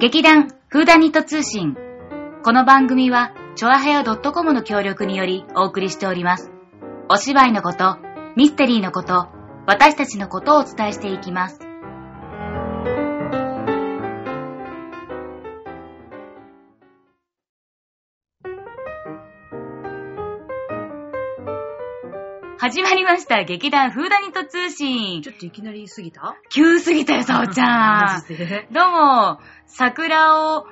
劇団フーダニット通信。この番組は、チョアヘア .com の協力によりお送りしております。お芝居のこと、ミステリーのこと、私たちのことをお伝えしていきます。始まりました。劇団フーダニット通信。ちょっといきなり過ぎた急すぎたよ、さおちゃんマ。ジで。どうも、桜を、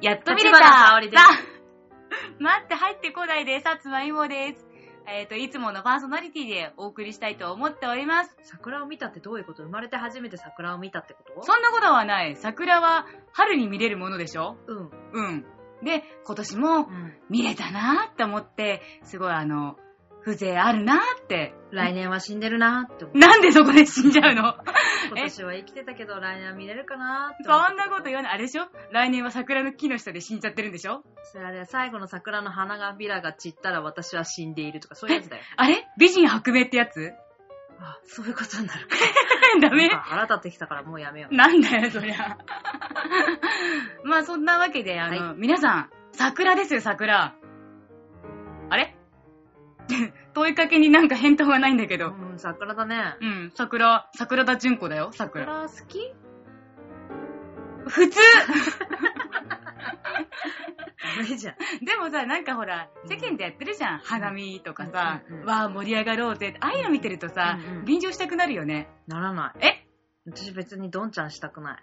やっと見れた。橘沙織ですさあ待って、入ってこないで、さつまいもです。えっ、と、いつものパーソナリティでお送りしたいと思っております。桜を見たってどういうこと生まれて初めて桜を見たってことそんなことはない。桜は春に見れるものでしょうん。うん。で、今年もうん。見れたなーって思って、すごいあの、風情あるなーって。来年は死んでるなーって思う。なんでそこで死んじゃう の今年は生きてたけど来年は見れるかなーってそ思う。んなこと言わない。あれでしょ来年は桜の木の下で死んじゃってるんでしょそれあれ、最後の桜の花がびらが散ったら私は死んでいるとかそういうやつ だよ。あれ美人白明ってやつ あ、そういうことになる。ダメなんか腹立ってきたからもうやめよ う。なんだよ、そりゃ。まあ、そんなわけで、あの、皆さん、桜ですよ、桜。あれ 問いかけになんか返答がないんだけど。うん、桜だね。うん、桜、桜田純子だよ、桜。桜好き普通ダメじゃん。 でもさ、なんかほら、世間でやってるじゃん。花見とかさうんうんう、んわあ、盛り上がろうぜ。ああいうの見てるとさうんう、ん便乗したくなるよね。ならない。え私別にどんちゃんしたくない。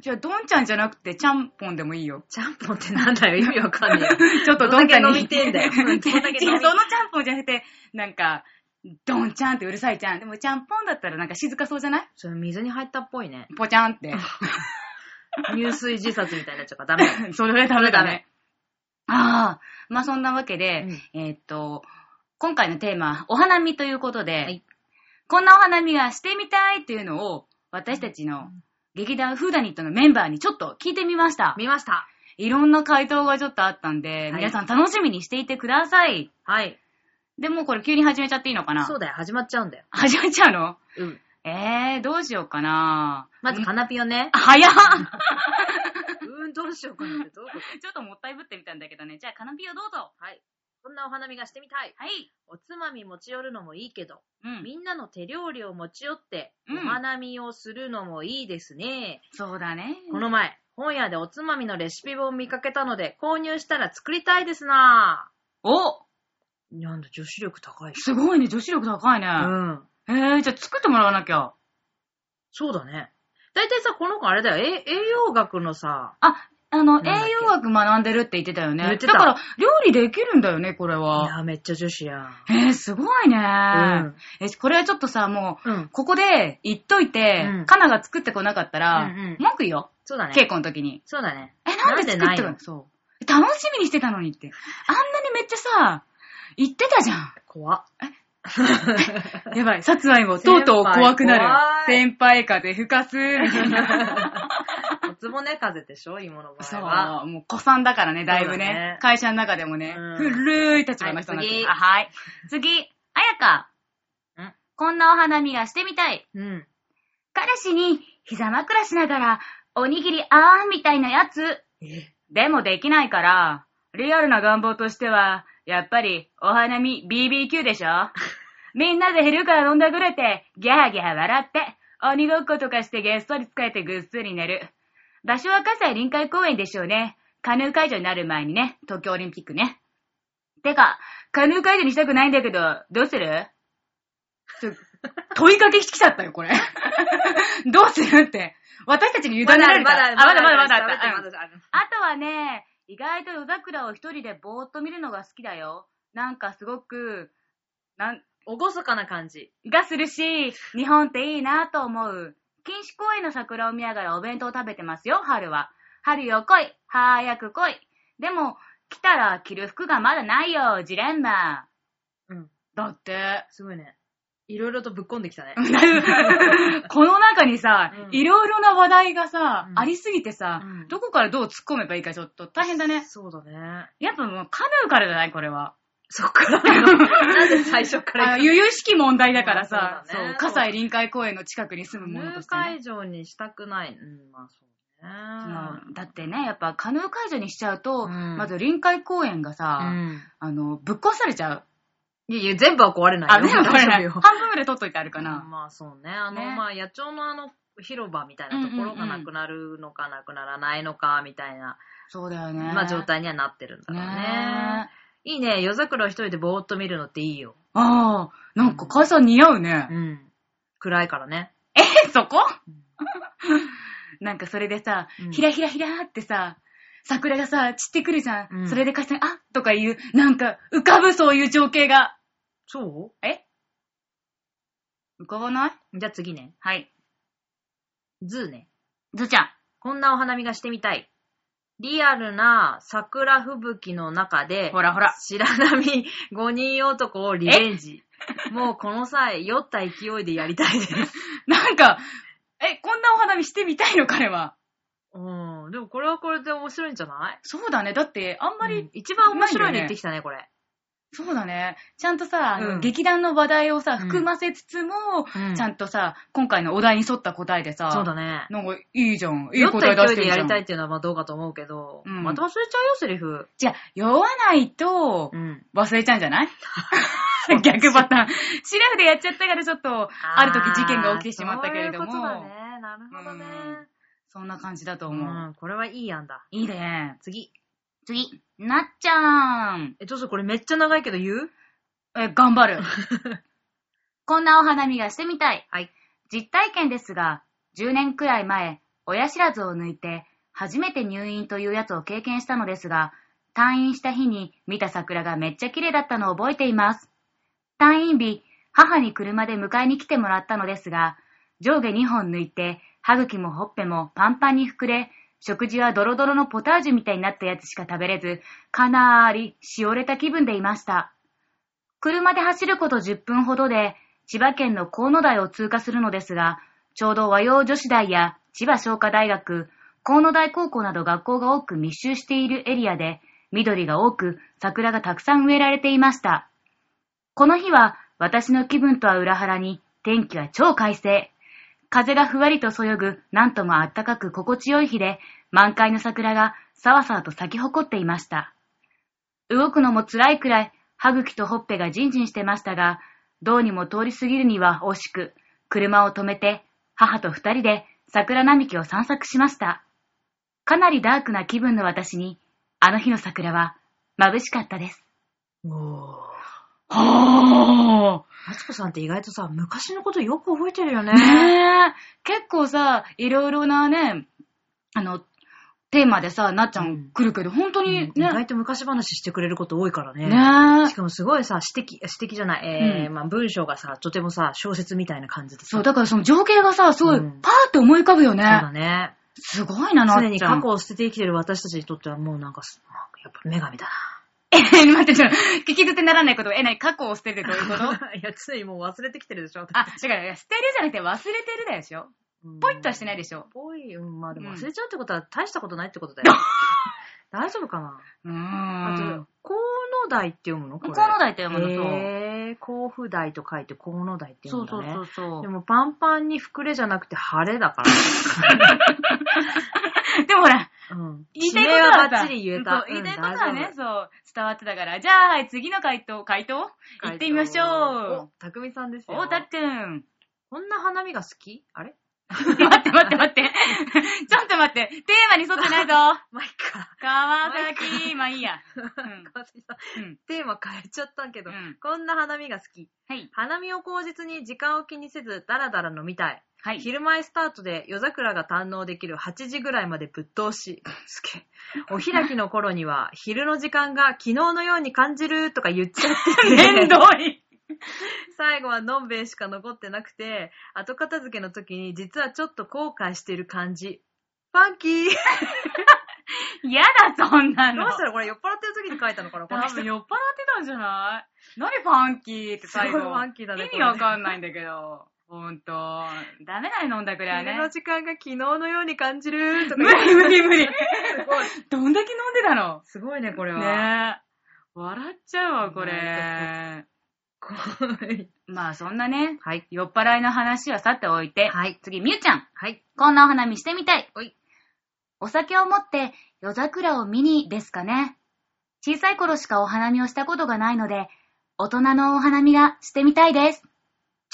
じゃあ、どんちゃんじゃなくて、ちゃんぽんでもいいよ。ちゃんぽんってなんだよ意味わか んねえよ。ちょっとどんちゃんに。どんだけ飲みて んだよどんだけ飲み違うそのちゃんぽんじゃなくて、なんか、どんちゃんってうるさいちゃん。でもちゃんぽんだったらなんか静かそうじゃないそれ水に入ったっぽいね。ぽちゃんって。入水自殺みたいになっちゃうからダメ。それダメだダメね。ああ、まあそんなわけで、うえーっと、今回のテーマはお花見ということで、いこんなお花見がしてみたいというのを、私たちの劇団フーダニットのメンバーにちょっと聞いてみました。見ました。いろんな回答がちょっとあったんで、い皆さん楽しみにしていてください。はい。でもうこれ急に始めちゃっていいのかなそうだよ、始まっちゃうんだよ。始めちゃうのうん。えー、どうしようかなまず、カナピをね。早っうん、どうしようかなって、どういうこちょっともったいぶってみたんだけどね。じゃあ、カナピをどうぞ。とはい。こんなお花見がしてみたい。はい。おつまみ持ち寄るのもいいけど、うん。みんなの手料理を持ち寄って、うんお花見をするのもいいですね。そうだね。この前、本屋でおつまみのレシピ本を見かけたので、購入したら作りたいですなおなんだ、女子力高い。すごいね。女子力高いね。うん。えー、じゃあ作ってもらわなきゃ。そうだね。だいたいさ、この子あれだよ、え栄養学のさ、あ、あの、なんだっけ栄養学学んでるって言ってたよね。言ってただから、料理できるんだよね、これいは。や、めっちゃ女子やん。えー、すごいね、うん。え、これはちょっとさ、もう、うん。ここで言っといて、うんカナが作ってこなかったら、うんうん文句言うよ。そうだね。稽古の時に。そうだね。え、なんで作っなんてでるないののそう。楽しみにしてたのにって。あんなにめっちゃさ、言ってたじ ゃん。怖っ。やばい、さつまいも、とうとう怖くなる。先輩風吹 かす、みたいな。おつぼね風でしょ芋の場そ合は。う、もう子さんだからね、だいぶね。そうだね会社の中でもね、うん古い立場の人になってるはあ、はい。次、あやか。んこんなお花見がしてみたい。うん。彼氏に膝枕しながら、おにぎりあーんみたいなやつ。えでもできないから、リアルな願望としては、やっぱりお花見 BBQ で しょみんなで昼から飲んだぐれて、ギャーギャー笑って、鬼ごっことかしてげっそり疲れてぐっすり寝る。場所は葛西臨海公園でしょうね。カヌー会場になる前にね、東京オリンピックね。てか、カヌー会場にしたくないんだけど、どうする ちょ問いかけしてきちゃったよ、こ れ。どうするって。私たちに委ねられた。あまだまだまだあった。うんまだあるあとはね、意外と夜桜を一人でぼーっと見るのが好きだよ。なんかすごく、なん、おごそかな感じ。がするし、日本っていいなと思う。錦糸公園の桜を見ながらお弁当を食べてますよ、春は。春よ来い、早く来い。でも、来たら着る服がまだないよ、ジレンマ。うん。だ って。すごいね。いろいろとぶっこんできたね。この中にさ、うんいろいろな話題がさ、うんありすぎてさ、うんどこからどう突っ込めばいいかちょっと大変だね。そうだね。やっぱもうカヌーからじゃないこれは。そっから。なんで最初かあらの、由々しき問題だからさ、そうそだねう、葛西臨海公園の近くに住むものとしてね、会場にしたくない。うん、まあそううん。うんだってね、やっぱカヌー解除にしちゃうと、うんまず臨海公園がさ、うんあの、ぶっ壊されちゃう。いやいや、全部は壊れないあ、よ。でもこれ、大半丈夫よ分まで取っといてあるかうんな。まあそうね。あの、ねまあ野鳥のあの、広場みたいなところがなくなるのかなくならないのかみたいな、そうだよね。まあ状態にはなってるんだろうねね。いいね。夜桜を一人でぼーっと見るのっていいよ。ああ、なんか解散似合うね。うん。暗いからね。え、そこ なんかそれでさうん、ひらひらひらーってさ、桜がさ、散ってくるじゃん。うんそれで解散、あとかいう、なんか浮かぶそういう情景が。そえ浮かばないうじゃあ次ね。はい。ズーね。ずちゃん。こんなお花見がしてみたい。リアルな桜吹雪の中で、ほらほら。白波5人男をリベンジ。もうこの際、酔った勢いでやりたいです。なんか、え、こんなお花見してみたいの彼は。 うん。でもこれはこれで面白いんじゃないそうだね。だって、あんまり、うん一番面白いの言ってききたね、これ。そうだね。ちゃんとさ、あのうん劇団の話題をさ、うん含ませつつも、うんちゃんとさ、今回のお題に沿った答えでさ、そうだね。なんかいいじゃん。いい酔っ答えた出し勢てるいでじやゃりたいん。っていうのはまあどうかと思うけど、うんまた忘れちゃうよ、セリフ。じゃあ、酔わないとう、ん。忘れちゃうんじゃ ない逆パターン。シラフでやっちゃったからちょっと、ある時事件が起きてしまったけれども、あーそういうことだね。なるほどね。そんな感じだとう思う。ん、これはいい案だ。いいね。次。次、なっちゃん。え、ちょっとこれめっちゃ長いけど言うえ、頑張る。 こんなお花見がしてみたい。はい。実体験ですが、10年くらい前、親知らずを抜いて、初めて入院というやつを経験したのですが、退院した日に見た桜がめっちゃ綺麗だったのを覚えています。退院日、母に車で迎えに来てもらったのですが、上下2本抜いて、歯茎もほっぺもパンパンに膨れ、食事はドロドロのポタージュみたいになったやつしか食べれず、かなりしおれた気分でいました。車で走ること10分ほどで、千葉県の河野台を通過するのですが、ちょうど和洋女子大や千葉商科大学、河野台高校など学校が多く密集しているエリアで、緑が多く桜がたくさん植えられていました。この日は私の気分とは裏腹に天気は超快晴。風がふわりとそよぐ、なんともあったかく心地よい日で、満開の桜がさわさわと咲き誇っていました。動くのも辛いくらい、歯茎とほっぺがジンジンしてましたが、どうにも通り過ぎるには惜しく、車を止めて、母と二人で桜並木を散策しました。かなりダークな気分の私に、あの日の桜は眩しかったです。おー。はマツコさんって意外とさ、昔のことよく覚えてるよね。あねえ、結構さ、いろいろなね、あの、テーマでさ、なっちゃん来るけど、本当うんに意ね、外と昔話してくれること多いからね。ねしかもすごいさ、指摘、指摘じゃない、えーうんまあ文章がさ、とてもさ、小説みたいな感じでさ。そう、だからその情景がさ、すごい、うパーんって思い浮かぶよね。そうだね。すごいな、なっ常ちゃん。に過去を捨てて生きてる私たちにとってはもうなんかす、あやっぱ女神だ え、待って、ちょっと、聞き捨てならないこと、え、なに、過去を捨てるってどういうことな。 いや、常にもう忘れてきてるでしょ。あ、違う、いや捨てるじゃなくて忘れてるだよでしょうんポイッとはしてないでしょぽい、うん、まあでもうん忘れちゃうってことは大したことないってことだ よ。大丈夫かなうーあとん。、河野台って読むのこ河れ。野台って読むの、へー、甲府台と書いて河野台ってそう。読むそうのね。そうそうでそう。もパンパンに膨れじゃなくて晴れだか でもほら、ら。うん。言いたいことはさ地名ばっちり言えたそう。言いたいことはね、うん、そう、伝わってたから。じゃあ、はい、次の回答、回答大丈夫行ってみましょう。お、たくみさんですよ。お、たっくん。こんな花見が好きあれ待って待って待って。 ちょっと待って。テーマに沿ってないぞ。まあ、いっか。川 崎、まあいいや。うん。川崎さんうん。テーマ変えちゃったけうど、ん。こんな花見が好き。はい。花見を口実に時間を気にせず、だらだら飲みたい。はい。昼前スタートで夜桜が堪能できる8時ぐらいまでぶっ通し。すげえお開きの頃には、昼の時間が昨日のように感じるとか言っちゃっててめんどい。 最後はのんべえしか残ってなくて、後片付けの時に実はちょっと後悔してる感じ。ファンキーどう嫌だ、そんなの。したらこれ酔っ払ってる時に書いたのかなこの多人分酔っ払ってたんじゃない何ファンキーって最後。すごいファンキーだね意味わかんないんだけど。ほんと。ダメだね、飲んだくらいは昼のね。時間が昨日のように感じるとか無理無理無理。どんだけ飲んでたのすごいね、これは。ねえ。笑っちゃうわ、これ。まあそんなね、はい。酔っ払いの話はさておいて。はい。次、みゆちゃん。はい。こんなお花見してみたい。おいお酒を持って夜桜を見にですかね。小さい頃しかお花見をしたことがないので、大人のお花見がしてみたいです。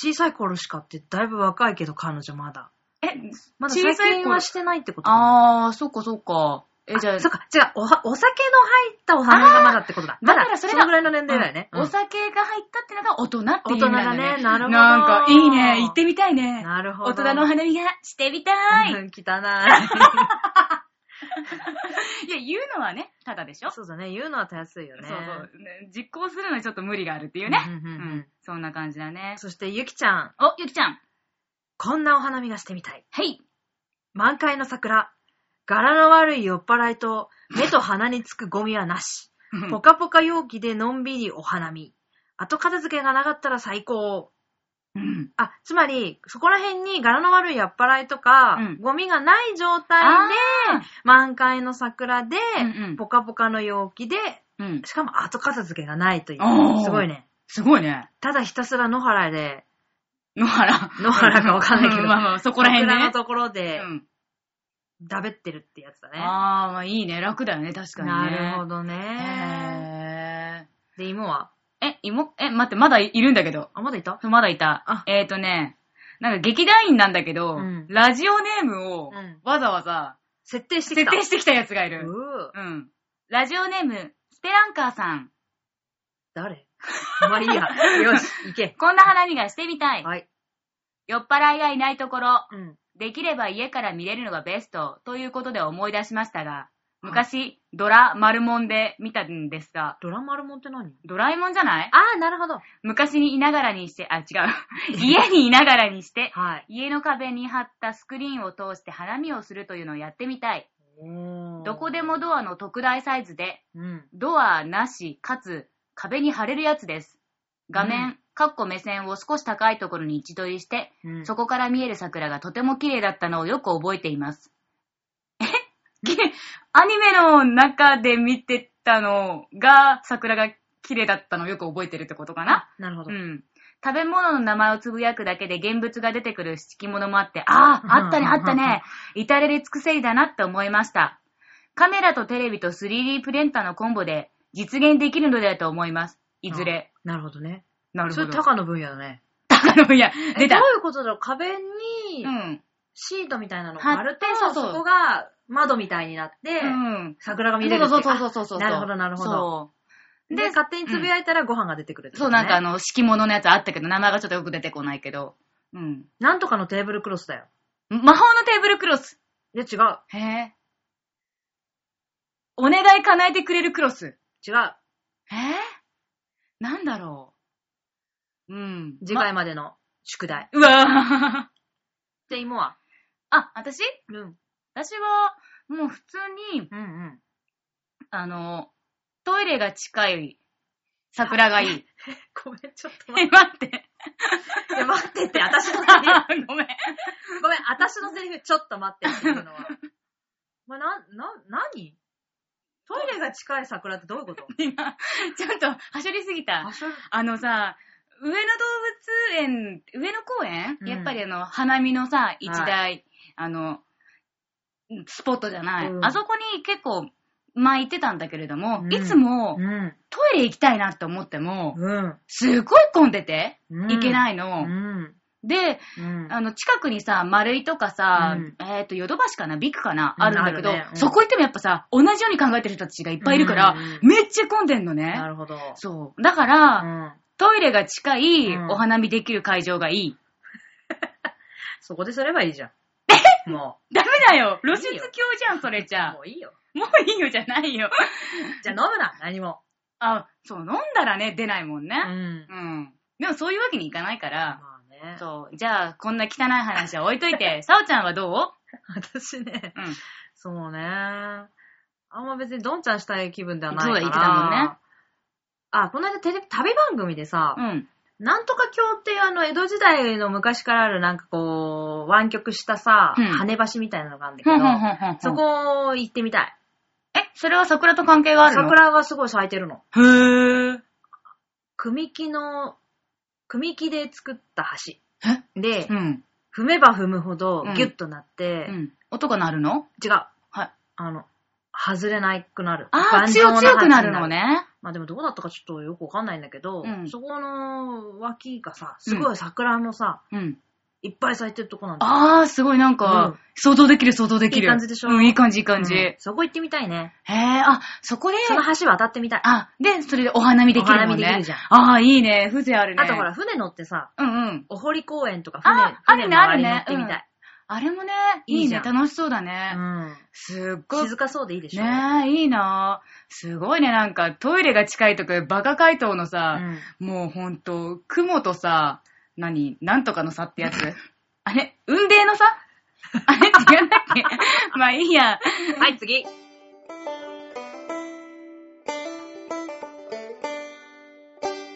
小さい頃しかってだいぶ若いけど彼女まだ。え、まだ小最さい近頃はしてないってことかなあー、そっかそっか。え、じゃあ、そっか、違う、おはお酒の入ったお花がまだってことだ。あーだまからだ、そそれがのぐらいの年齢だよね。お酒が入ったってのが大人って大いう意人味なだんだね。なるほど。なんか、いいね。行ってみたいね。なるほど。大人のお花見がしてみたい。うん汚いや、言うのはね、ただでしょ い。そうだね。言うのはたやすいよそうね。そう。実行するのにちょっと無理があるっていうね。うんうんうんうんうんそんな感じだね。そして、ゆきちゃん。お、ゆきちゃん。こんなお花見がしてみたい。はい。満開の桜。柄の悪い酔っ払いと、目と鼻につくゴミはなし。ポカポカ容器でのんびりお花見。後片付けがなかったら最高。うんあ、つまり、そこら辺に柄の悪い酔っ払いとか、うんゴミがない状態あで、満開桜で、うんうんポカポカの陽気で、ーうん。しかも後片付けがないといおーう。すごいね。すごいね。ただひたすら野原で、野原。野原かわかんないけどうまあまあ、そこら辺で桜ねの。ところでう、んだべってるってやつだね。あー、まあいいね。楽だよね、確かにね。なるほど。どね。へで、芋はー。え、芋、え、待って、まだいるんだけど。あ、まだいたまだいたあ。えっ、ー、とね、なんか劇団員なんだけど、うんラジオネームをうんわざわざ設定して設きた。定してきたやつがいる。うーうん。ラジオネーム、ステランカーさん。誰まあいいや。よし、行け。こんな花見がしてみたい。はい。酔っ払いがいないところ、うん。できれば家から見れるのがベストということで思い出しましたが、昔、ドラマルモンで見たんですが、ドラマルモンって何ドラえもんじゃないあー、なるほど。昔にいながらにして、あ、違う。 家にいながらにして、はい。家の壁に貼ったスクリーンを通して花見をするというのをやってみたい。どこでもドアの特大サイズで、うん。ドアなし、かつ壁に貼れるやつです。画面、うかっこ目線を少し高いところに位置取りして、うん。そこから見える桜がとても綺麗だったのをよく覚えています。えアニメの中で見てたのが桜が綺麗だったのをよく覚えてるってことかななるほどう。ん。食べ物の名前をつぶやくだけで現物が出てくる敷物もあって、ああ、あったね、あったね。至れり尽くせりだなって思いました。カメラとテレビと 3D プリンターのコンボで実現できるのだと思います。いずれ。なるほどね。なるそほれど。高の分野だね。高野屋、出えたど。ういうことだろう壁にうん。シートみたいなのを貼っ貼ると、そうそうそこが窓みたいになって、うん。桜が見れるって。そうそうそうそうそう。なるほどなるほどそう。あでで、、勝手につぶやいたらご飯が出てくるってこそう、とねなんかあの、敷物のやつあったけど、名前がちょっとよく出てこないけど。うん。なんとかのテーブルクロスだよ。魔法のテーブルクロス。いや、違う。へえ。お願い叶えてくれるクロス。違えう。ー、なんだろう。うん。次ま回までの宿題。うわぁ。で、芋はあ、私うん。私は、もう普通に、うんうん。 あの、トイレが近い桜がいい。ごめん、ちょっと待え、 待って。って。いや待ってって、私のセリフ。ごめん。ごめん、私のセリフ、ちょっと待ってっていう のは。まあ、な、な、何トイレが近い桜ってどういうこと今、ちょっと、はしょりすぎた。所、あのさ、上野動物園、上野公園、うんやっぱりあの、花見のさ、一大、あの、スポットじゃない、うんあそこに結構、前行ってたんだけれども、うんいつも、うん。トイレ行きたいなって思っても、うん。すごい混んでて、行けいないうん。の。うん。で、うんあの、近くにさ、丸いとかさ、うんえっ、と、ヨドバシかな、ビッグかな、うんあるんだけど、あるねうんそこ行ってもやっぱさ、同じように考えてる人たちがいっぱいいるから、うんめっちゃ混んでんのねな。るほど。そう。だから、うん。トイレが近い、うんお花見できる会場がいい。そこですればいいじゃん。 もダメだよ露出いいよ鏡じゃん、それじう。ゃあも。ういいよ。もういいよじゃないよ。じゃあ飲むな、何も。あ、そう、飲んだらね、出ないもんうね。ん。うん。でもそういうわけにいかないから、まあね。そう。じゃあ、こんな汚い話は置いとい て、さおちゃんはど私ね、ううん。そうね。あんま別にどんちゃんしたい気分ではないから。そうだ言ってたもんねあ、この間テレビ、旅番組でさ、うん。なんとか教っていうあの、江戸時代の昔からあるなんかこう、湾曲したさ、うん跳ね橋みたいなのがあるんだけほど、んほんほんほん。そ。こ行ってみたい。え、それは桜と関係があるの桜がすごい咲いてるの。へー。組木の、組木で作った橋。でう、ん。踏めば踏むほどうんギュッとなって、うん。音が鳴るの違う。はい。あの、外れなくなる。ああ、頑丈強な強くな鉢るにの。ね。まあでもどうだったかちょっとよくわかんないんだけど、うんそこの脇がさ、すごい桜もさ、うん。いっぱい咲いてるとこなんだよ。ああ、すごいなんうかん、想像できる想像できる。いい感じでしょうん、いい感じいい感じ。うんへえ、そこ行ってみたいね。あ、そこで、その橋渡ってみたい。あ,、あ、で、それでお花見できるもんね。お花見できるじゃんああ、いいね。風情あるね。とほら、。船乗ってさ、うんうん。お堀公園とか船、あある船ねの周り乗あるねってみたい。あれもね、いいいいじゃね。ん楽しそうだね。うんすっごい。静かそうでいいでしょ。ねえ、いいなすごいね、なんかトイレが近いとか、バカ回答のうさ、んもうほんと、雲とさ、何、なんとかの差ってやつ。 あれ雲泥の差あれ違うんだっけ まあいいや。はい、次。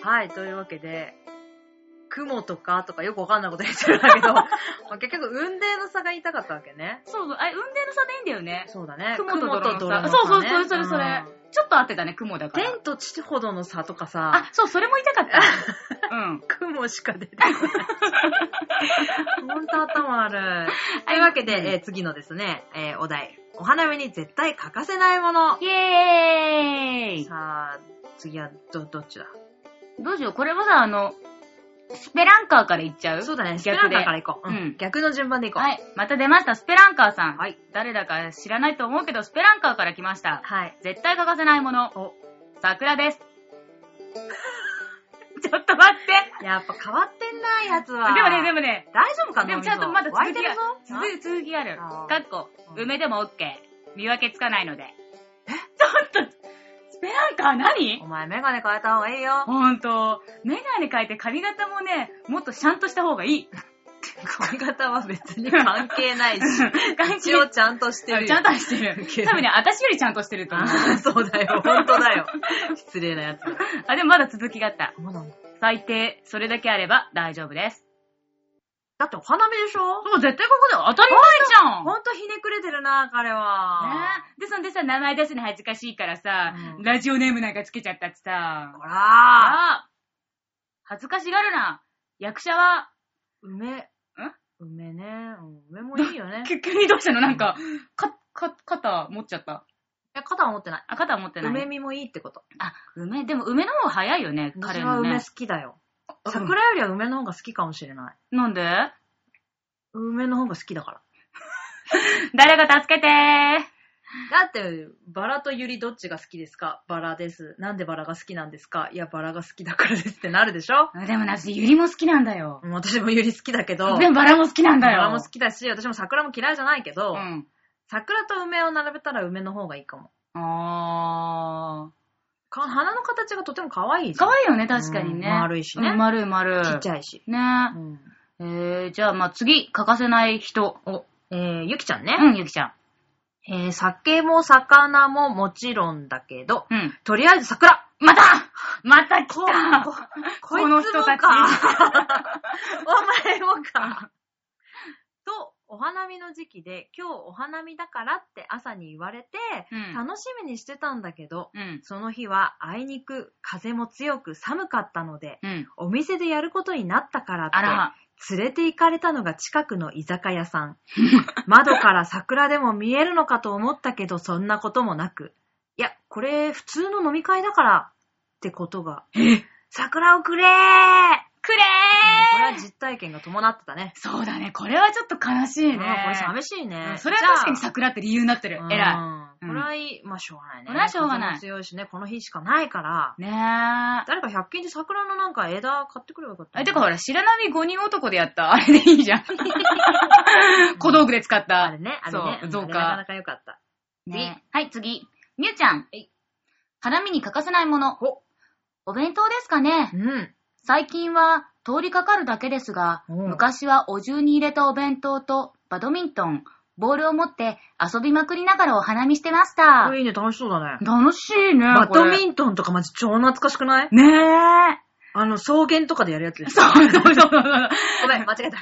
はい、というわけで、雲とかとかよくわかんないこと言ってるんだ けど、まあ結局、雲泥の差が言いたかったわけね。そうそう、あれ、雲泥の差でいいんだよね。そうだね。雲と泥の差。ねそうそう、それそれそれ。うんちょっと合ってたね、雲だから。天と地ほどの差とかさあ、、そう、それも言いたかった。うん。雲しか出てこない。ほんと頭悪い。というわけで、えー次のですね、えーお題。お花見に絶対欠かせないもの。イエーイさあ、次はど、どっちだどうしよう、これもさ、あの、スペランカーからいっちゃうそうだね、スペラ逆ンでカーから行こう。うんうん逆の順番で行こう。はい。また出ました、スペランカーさん。はい。誰だか知らないと思うけど、スペランカーから来ました。はい。絶対欠かせないもの。お、桜です。 ちょっと待って。やっぱ変わってんな、やつは。でもね、でも。もね、大丈夫かなでもちゃんとまだ湧続いてきるがぞ。続き続きがある。あーかっこ、うん梅でも OK。見分けつかないので。えちょっと、スペランカー何お前メガネ変えた方がいいよ。ほんと、メガネ変えて髪型もね、もっとシャンとした方がいい。髪型は別に関係 ないし。一応ちゃんとしてるよ。ちゃんとしてるけ。ど多分ね、私よりちゃんとしてると思う。あー そうだよ。本当だよ。失礼なやつだ。あ、でもまだ続きがあった。そうなの最低、それだけあれば大丈夫です。だってお花見でしょそう、絶対ここで当たり前じゃんほんとひねくれてるな、彼は。ねえで、そんでさ、名前出すの恥ずかしいからさ、うんラジオネームなんかつけちゃったってさ。ほらー。あ恥ずかしがるな。役者は、梅。梅ね。うん梅もいいよね。 急急にどうしたのなんか、か、か、肩持っちゃった。え肩は持ってない。あ、肩持ってない。梅見もいいってこと。あ、梅、でも梅の方が早いよね、私彼はの梅ね好。きだよ。うん桜よりは梅の方が好きかもしれない。なんで梅の方が好きだから。誰か助けてー。だって、バラとユリどっちが好きですかバラです。なんでバラが好きなんですかいや、バラが好きだからですってなるでしょでもな、私、ゆりも好きなんだよ。うん私もユリ好きだけど、でもバラも好きなんだバよ。ラも好きだし、私も桜も嫌いじゃないけど、うん。桜と梅を並べたら梅の方がいいかも。あか花の形がとても可愛いー。じゃん。可愛いよね、確かにね。うん丸いしねうん丸い丸い。ちっちゃいし。ねうんえー、じゃあ、まあ、次、欠かせない人。お、えー、ゆきちゃんね。うん、ゆきちゃん。えー、酒も魚ももちろんだけど、うん。とりあえず桜またまた来たここの人 たちこいつもかお前もか。と、お花見の時期で、今日お花見だからって朝に言われて、うん。楽しみにしてたんだけど、うん。その日はあいにく風も強く寒かったので、うん。お店でやることになったからあっら、て、連れて行かれたのが近くの居酒屋 さん。窓から桜でも見えるのかと思ったけど、そんなこともなく。いや、これ普通の飲み会だからってことが。桜をくれーくれこれはー実体験が伴ってたね。そうだね、これはちょっと悲しいね。あーこれ寂しいね。うんそれは確かにじゃ桜って理由になってる。あ、えらう偉いうんんこれはいい。まあ、しょうがないね。これはしょうがない風も強いしね、この日しかないから、い。ねえ。誰か100均で桜のなんか枝買ってくればよかった。え、てかほら、白波5人男でやった、あれでいいじ ゃん。小道具で使っあたれ。ね、あれね。そうん造花あれなかなか良かった。ねはい、次。みゆちゃん。花見に欠かせないもの。おお弁当ですかねうん。最近は通りかかるだけですが、うん昔はお重に入れたお弁当とバドミントン、ボールを持って遊びまくりながらお花見してましこた。れいいね、楽しそうだね。楽しいね。バドミンントンとかマジ超懐かしくないねえ。あの、草原とかでやるやつ でしょそうそうそうそう。ご めん、間違えた。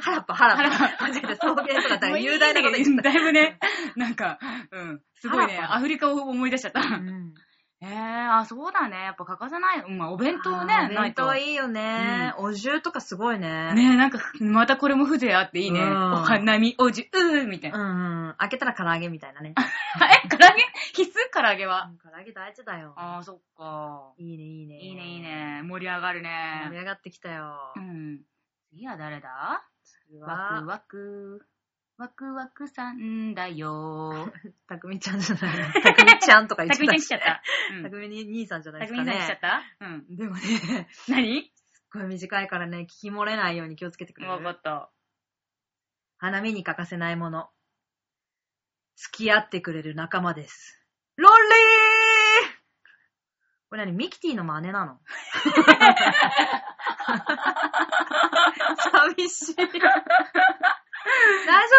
原っぱ、原っぱ。間違えた、草原とかだから雄大なこと言っちゃだっいぶね、なんか、うん、すごいね、原っぱアフリカを思い出しちゃった。た。うん えー、あ、そうだね。やっぱ欠かせない。うんまあ、お弁当ねあ、ーない弁と。当いいよね。お重とかすごいね。ねえ、なんか、またこれも風情あっていいね。うおん花見、おじ、うーみたいうな。んうん。開けたら唐揚げみたいなね。 え、唐揚げ必須唐揚げは。うん唐揚げ大事だよ。ああ、そっか。いいね、いいね。いいね、いい。ね。盛り上がる盛りね。上がってきたよう。ん。次は誰だ次ワクは、ワク。ワクワクさんだ よ。たくみちゃんじゃない。たくみちゃんとか言たっくみてちゃたん来ちゃった。うんた くみに兄さんじゃないたでくすみかさん来ちゃっね。たうん。でもね、何これ短いからね、聞き漏れないように気をつけてくれわかる。った。花見に欠かせないもの。付き合ってくれる仲間です。ロンリーこれ何ミキティの真 似なの寂しい。大丈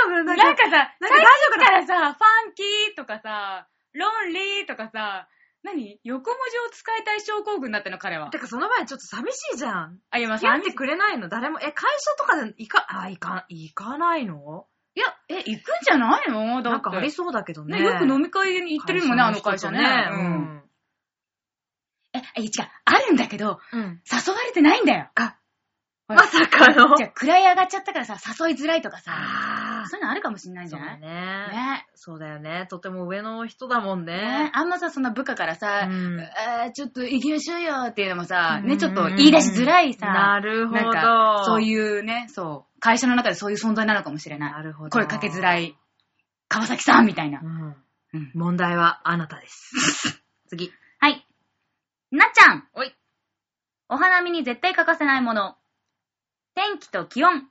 夫ななんんか、かさ、なん最初か大丈夫かからさ、ファンキーとかさ、ロンリーとかさ、何横文字を使いたい症候群だったの、彼は。てかその前にちょっと寂しいじゃん。あ、今付き合さっ、てくれないの誰も、え、会社とかで行か、あ、行か、行かないのいや、え、行くんじゃないのだなんってかありそうだけどね。ね、よく飲み会に行ってるもんね、あの会社ね。ううん。ん。え、え違う、あるんだけど、うん。誘われてないんだよ。あ、ほまらさかの。じゃあ、位上がっちゃったからさ、誘いづらいとかさ、あそういうのあるかもしんないーんじそうゃなだいね。ね。そうだよね。とても上の人だもんねね。あんまさ、そんな部下からさ、うんえーちょっと行きましょうよっていうのもさ、うね、んちょっと言い出しづらいさ、なるほなんかど。そうう。いうね、そう、会社の中でそういう存在なのかもしれなない。るほど。声かけづら。い、川崎さんみたいなう。ん。うん問題はあなた です。次。はい。なっちゃん。おい。お花見に絶対欠かせないもの。天気と気温。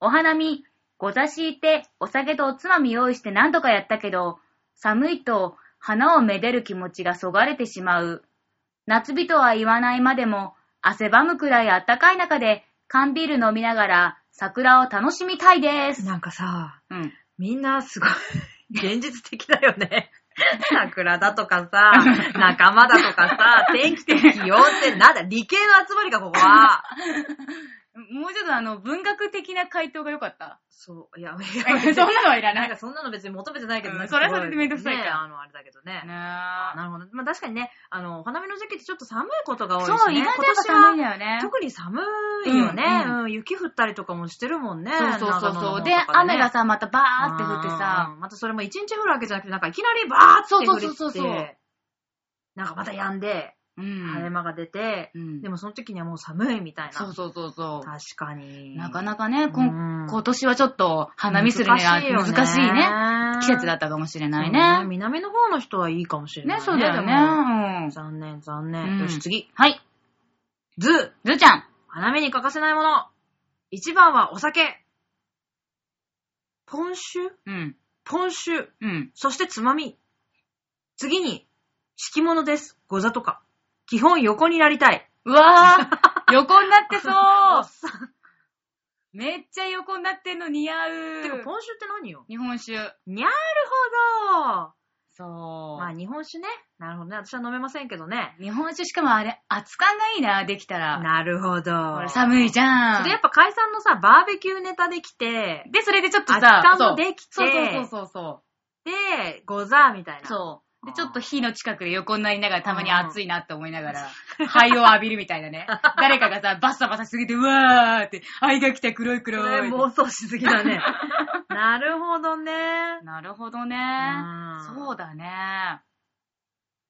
お花見、ご座敷いて、お酒とおつまみ用意して何度かやったけど、寒いと花をめでる気持ちがそがれてしまう。夏日とは言わないまでも、汗ばむくらいあったかい中で、缶ビール飲みながら、桜を楽しみたいです。なんかさ、うん。みんなすごい、現実的だよ ね。桜だとかさ、仲間だとかさ、 天気と気温ってなんだ、理系の集まりか、ここ は。もうちょっとあの、文学的な回答が良か った。そう、いや、そんなのはいらなないん。かそんなの別に求めてないけど、うんなんかすそごれはそれでめんどくさいからねあの、あれだけどね。ねなるほど。まあ確かにね、あの、お花見の時期ってちょっと寒いことが多いしね。そう、意外とやっぱ寒いん今年はだよね。特に寒いよね、ううんん雪降ったりとかもしてるもんね。そうそうそう長そ野の方う。とかねで、雨が、さ、またバーって降ってうさ、ん。またそれも一日降るわけじゃなくて、なんかいきなりバーって降ってきて。そうそうそうそうなんかまた止んで、う晴れん。間が出て、うんでもその時にはもう寒いみたいな。そうそうそうそ確かう。に。なかなかね、こんうん今年はちょっと花見するにはよ難しいね。季節だっったかもしれたないね。南の方の人はいいかもしれない、ね、そうだよでもね。うん残念、残うん念。よし、次。はい。ズずーちゃん。花見に欠かせないもの。一番はお酒。ポン酒うん。ポン酒。うん。そしてつまみ。次に、敷物です。ご座とか。基本横になりたい。うわ ー横になってそおうっさん。めっちゃ横になってんの似合う。てか、ポン酒って何よ日本酒。にゃるほそど。う。まあ、日本酒ね。なるほどね。私は飲めませんけどね。日本酒しかもあれ、熱感がいいな、できたら。なるほど。ほら寒いじゃん。それやっぱ解散のさ、バーベキューネタできて、で、それでちょっと圧さ、巻そうもできて、そうそうそうそ。で、ござみたいうな。そう。で、あーちょっと火の近くで横になりながら、たまに暑いなって思いながら、灰を浴びるみたいなね。 誰かがさ、バッサバサしすぎて、うわーって、灰が来た黒い黒これい。妄想しすぎだね。 なるほどね。なるほどね。そううだね。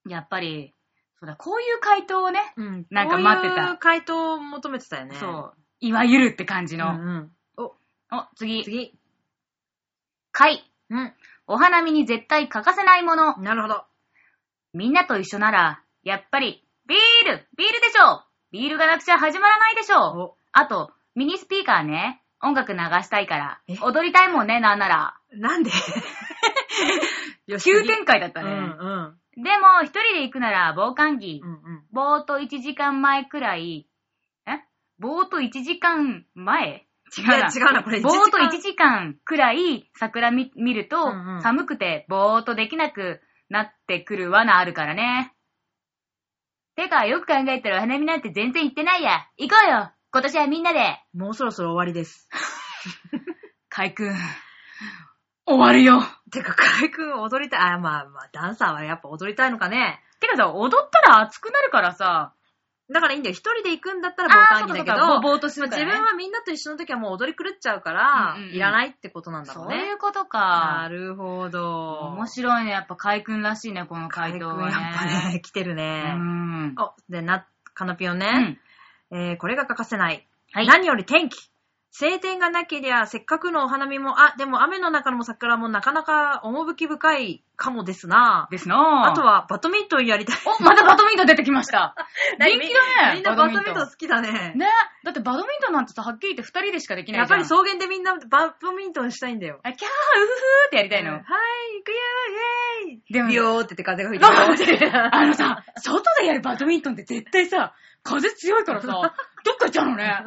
やっぱり、そうだ、こういう回答をね、ん。うん。なんか待ってたこういう回答を求めてたよね。そう、いわゆるって感じうの。んうん。お、次。次。回。うん。お花見に絶対欠かせないもの。なるほど。みんなと一緒なら、やっぱり、ビールビールでしょうビールがなくちゃ始まらないでしょうお、あと、ミニスピーカーね。音楽流したいからえ。踊りたいもんね、なんなら。なん でよ急展開だっただね。ね。うんでも、一人で行くなら、防寒着うん。う。んぼーっと1時間前くらい。えぼーっと1時間前違ういやな。違う な、これ。ぼーっと1一時時間くらい桜見見ると、うんうん寒くてぼーっとできなくなってくる罠あるからね。てか、よく考えたらお花見なんて全然行ってないや。行こうよ今年はみんなで間もうそろそろ終わりです。カイ君、終わるよてか、河合くん踊りたい。あ、まあまあ、ダンサーはやっぱ踊りたいのかね。てかさ、踊ったら熱くなるからさ、だからいいんだよ。一人で行くんだったら防寒着だけあーそうかそうかぼど、ぼーっとするからね自分はみんなと一緒の時はもう踊り狂っちゃうから、うんうんうんいらないってことなんだろうそねう。いうことなか。るほど。面白いね。やっぱ海君らしいね、この回答はね。やっぱね、来てるうね。ん。お、で、な、カノピオうね、ん。えーこれが欠かせない。はい何より天気。晴天がなけりゃ、せっかくのお花見も、あ、でも雨の中の桜もなかなか趣深いかもですな。ですなあとは、バドミントンやりたい。お、またバドミントン出てきました。人 人気気だね。みんなバドミントン好きだ ね。ね。だってバドミントンなんてさ、はっきり言って二人でしかできないじゃん。やっぱり草原でみんなバドミントンしたいんだよ。あ、キャー、ウフフーってやりたいの。はい、行くよイェーイでもビヨーってって風が吹いてなんかる。待って あの さ、外でやるバドミントンって絶対さ、風強いからさ、どっか行っちゃ うのね。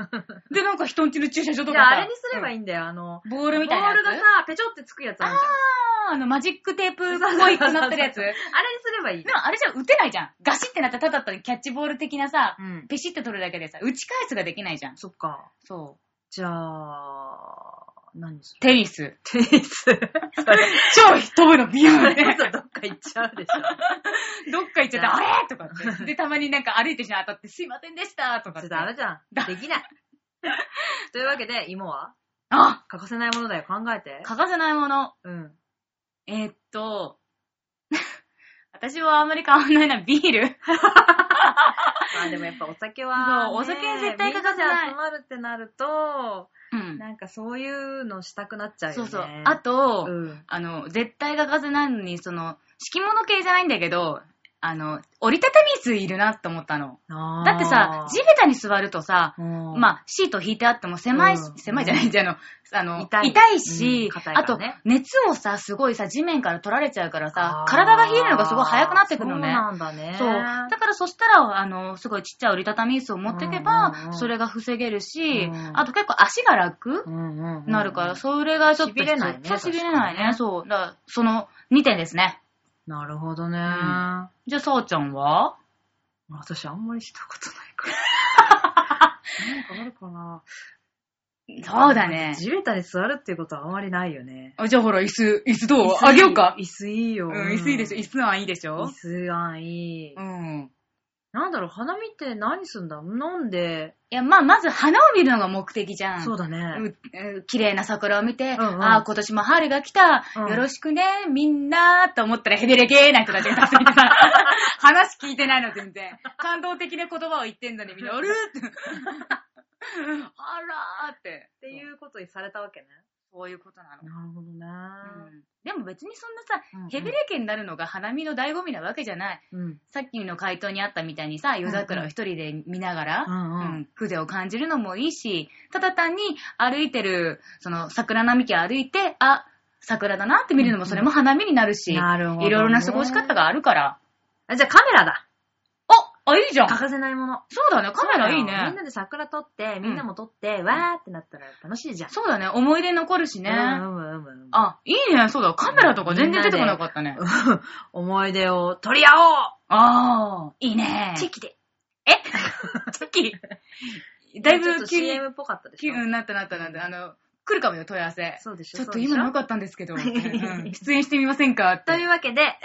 で、なんか人んちの駐車場といかさ。や、あれにすればいいんだよ。あの、うんボールみたいなやつ。ボールがさ、ペチョってつくやつあるじゃん。あー、あの、マジックテープっぽいくなってるやつ。そうそうそうそうあでれにすればいい。もあれじゃ打てないじゃん。ガシってなったらただったキャッチボール的なさ、うん。ペシって取るだけでさ、打ち返すができないじゃん。そっか。そじゃあ、何すう。テニス。るテニ ス。それ、超飛ぶのビュそーンっれて。こそどっか行っちゃ うでしょ。どっか行っちゃった、あれとか って。で、たまになんか歩いてる人に当たって、すいませんでしたとかっ。ちょってとあれじゃだん。できない。というわけで、芋はあ欠かせないものだよ。考えて。欠かせないもの。うん。えーっと、 私はあんまり変わんないな、ビール。まあでもやっぱお酒は、そうお酒は絶対欠かせないみんなで集まるってなると、うん。なんかそういうのしたくなっちゃうよね。そうそう。あと、うん。あの、絶対欠かせないのに、その、敷物系じゃないんだけど、あの、折りたたみ椅子いるなと思ったの。だってさ、地ジべたに座るとさ、まあまあ、シート引いてあっても狭いし、うん狭いじゃないじゃんあの、あの、痛いし、うん硬いあかとらね、熱をさ、すごいさ、地面から取られちゃうからさあ、ー体が冷えるのがすごい早くなってくるのね。そうなんだね。そう。だからそしたら、あの、すごいちっちゃい折りたたみ椅子を持っていけばうんうんう、んそれが防げるし、うんあと結構足が楽うんうんうんなるから、それがちょっと必要。痺れないねそう、痺れない確かにね。ねそう。だから、その2点ですね。なるほどね。んじゃあ、そうちゃんは私あんまりしたことない から。なんかあるかな。そうだね。地べたに座るっていうことはあんまりないよね。あじゃあほら、椅子、椅子ど椅う子いいあげようか。椅子いいよ。うん、椅子いいでしょ。椅子のはいいでしょ椅子はいい。うん。なんだろう、花見って何すんだ飲んで、いや、まあ、まず花を見るのが目的じゃん。そううだね。ん綺麗な桜を見て、うんうんああ、今年も春が来た、うんよろしくね、みんな、と思ったらヘベレゲーな人たちがたくさんい てさ、話聞いてないの全然。感動的な言葉を言ってんのにみんな、あるって。あらーって。っていうことにされたわけね。そういうことなの。なるほどね。うんでも別にそんなさ、うんうんヘベレケになるのが花見の醍醐味なわけじゃない。うん。さっきの回答にあったみたいにさ、夜桜を一人で見ながら、うんうんうん風情を感じるのもいいし、ただ単に歩いてる、その桜並木を歩いて、あ、桜だなって見るのもそれも花見になるし、なるほどねいろいろな過ごし方があるから。あ、じゃあカメラだ。あ、あ、いいじゃん。欠かせないもの。そうだね、カメラいいそうだよみねん。なで桜撮って、みんなも撮って、わーってなったら楽しいじゃん。そうだね、思い出に残るしね。うんうんうんうん。あ、いいね、そうだ、カメラとか全然出てこなかったね。思い出を撮り合ああ、いいおねう。地域で。えチェ キだいちょっぶと急に CM っぽかったできしょう。ん、なったなったなった。あの、来るかもよ、問い合わせ。そうでしょ。ちょっとそうでし今の良かったんです けど、んうん出演してみませんかっといて。うわけ で、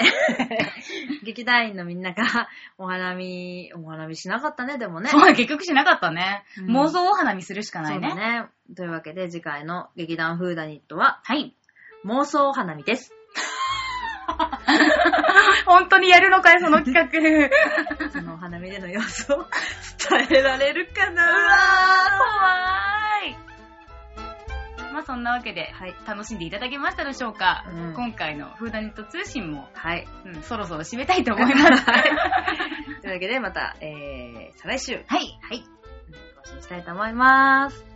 劇団員のみんながお花見、お花見しなかったね、で もね。そうだ、結局しなかったね。うん妄想お花見するしかなそいうね。だね。というわけで、次回の劇団フーダニットは、はい。妄想お花見 です。本当にやるのかい、その企 画。そのお花見での様子を 伝えられるかなうわー、怖い。まあそんなわけで、はい楽しんでいただけましたでしょうか、うん今回のフーダニット通信も、はい。うん、そろそろ締めたいと思い ます。というわけで、また、えー、再来週。はい。はい。更新したいと思います。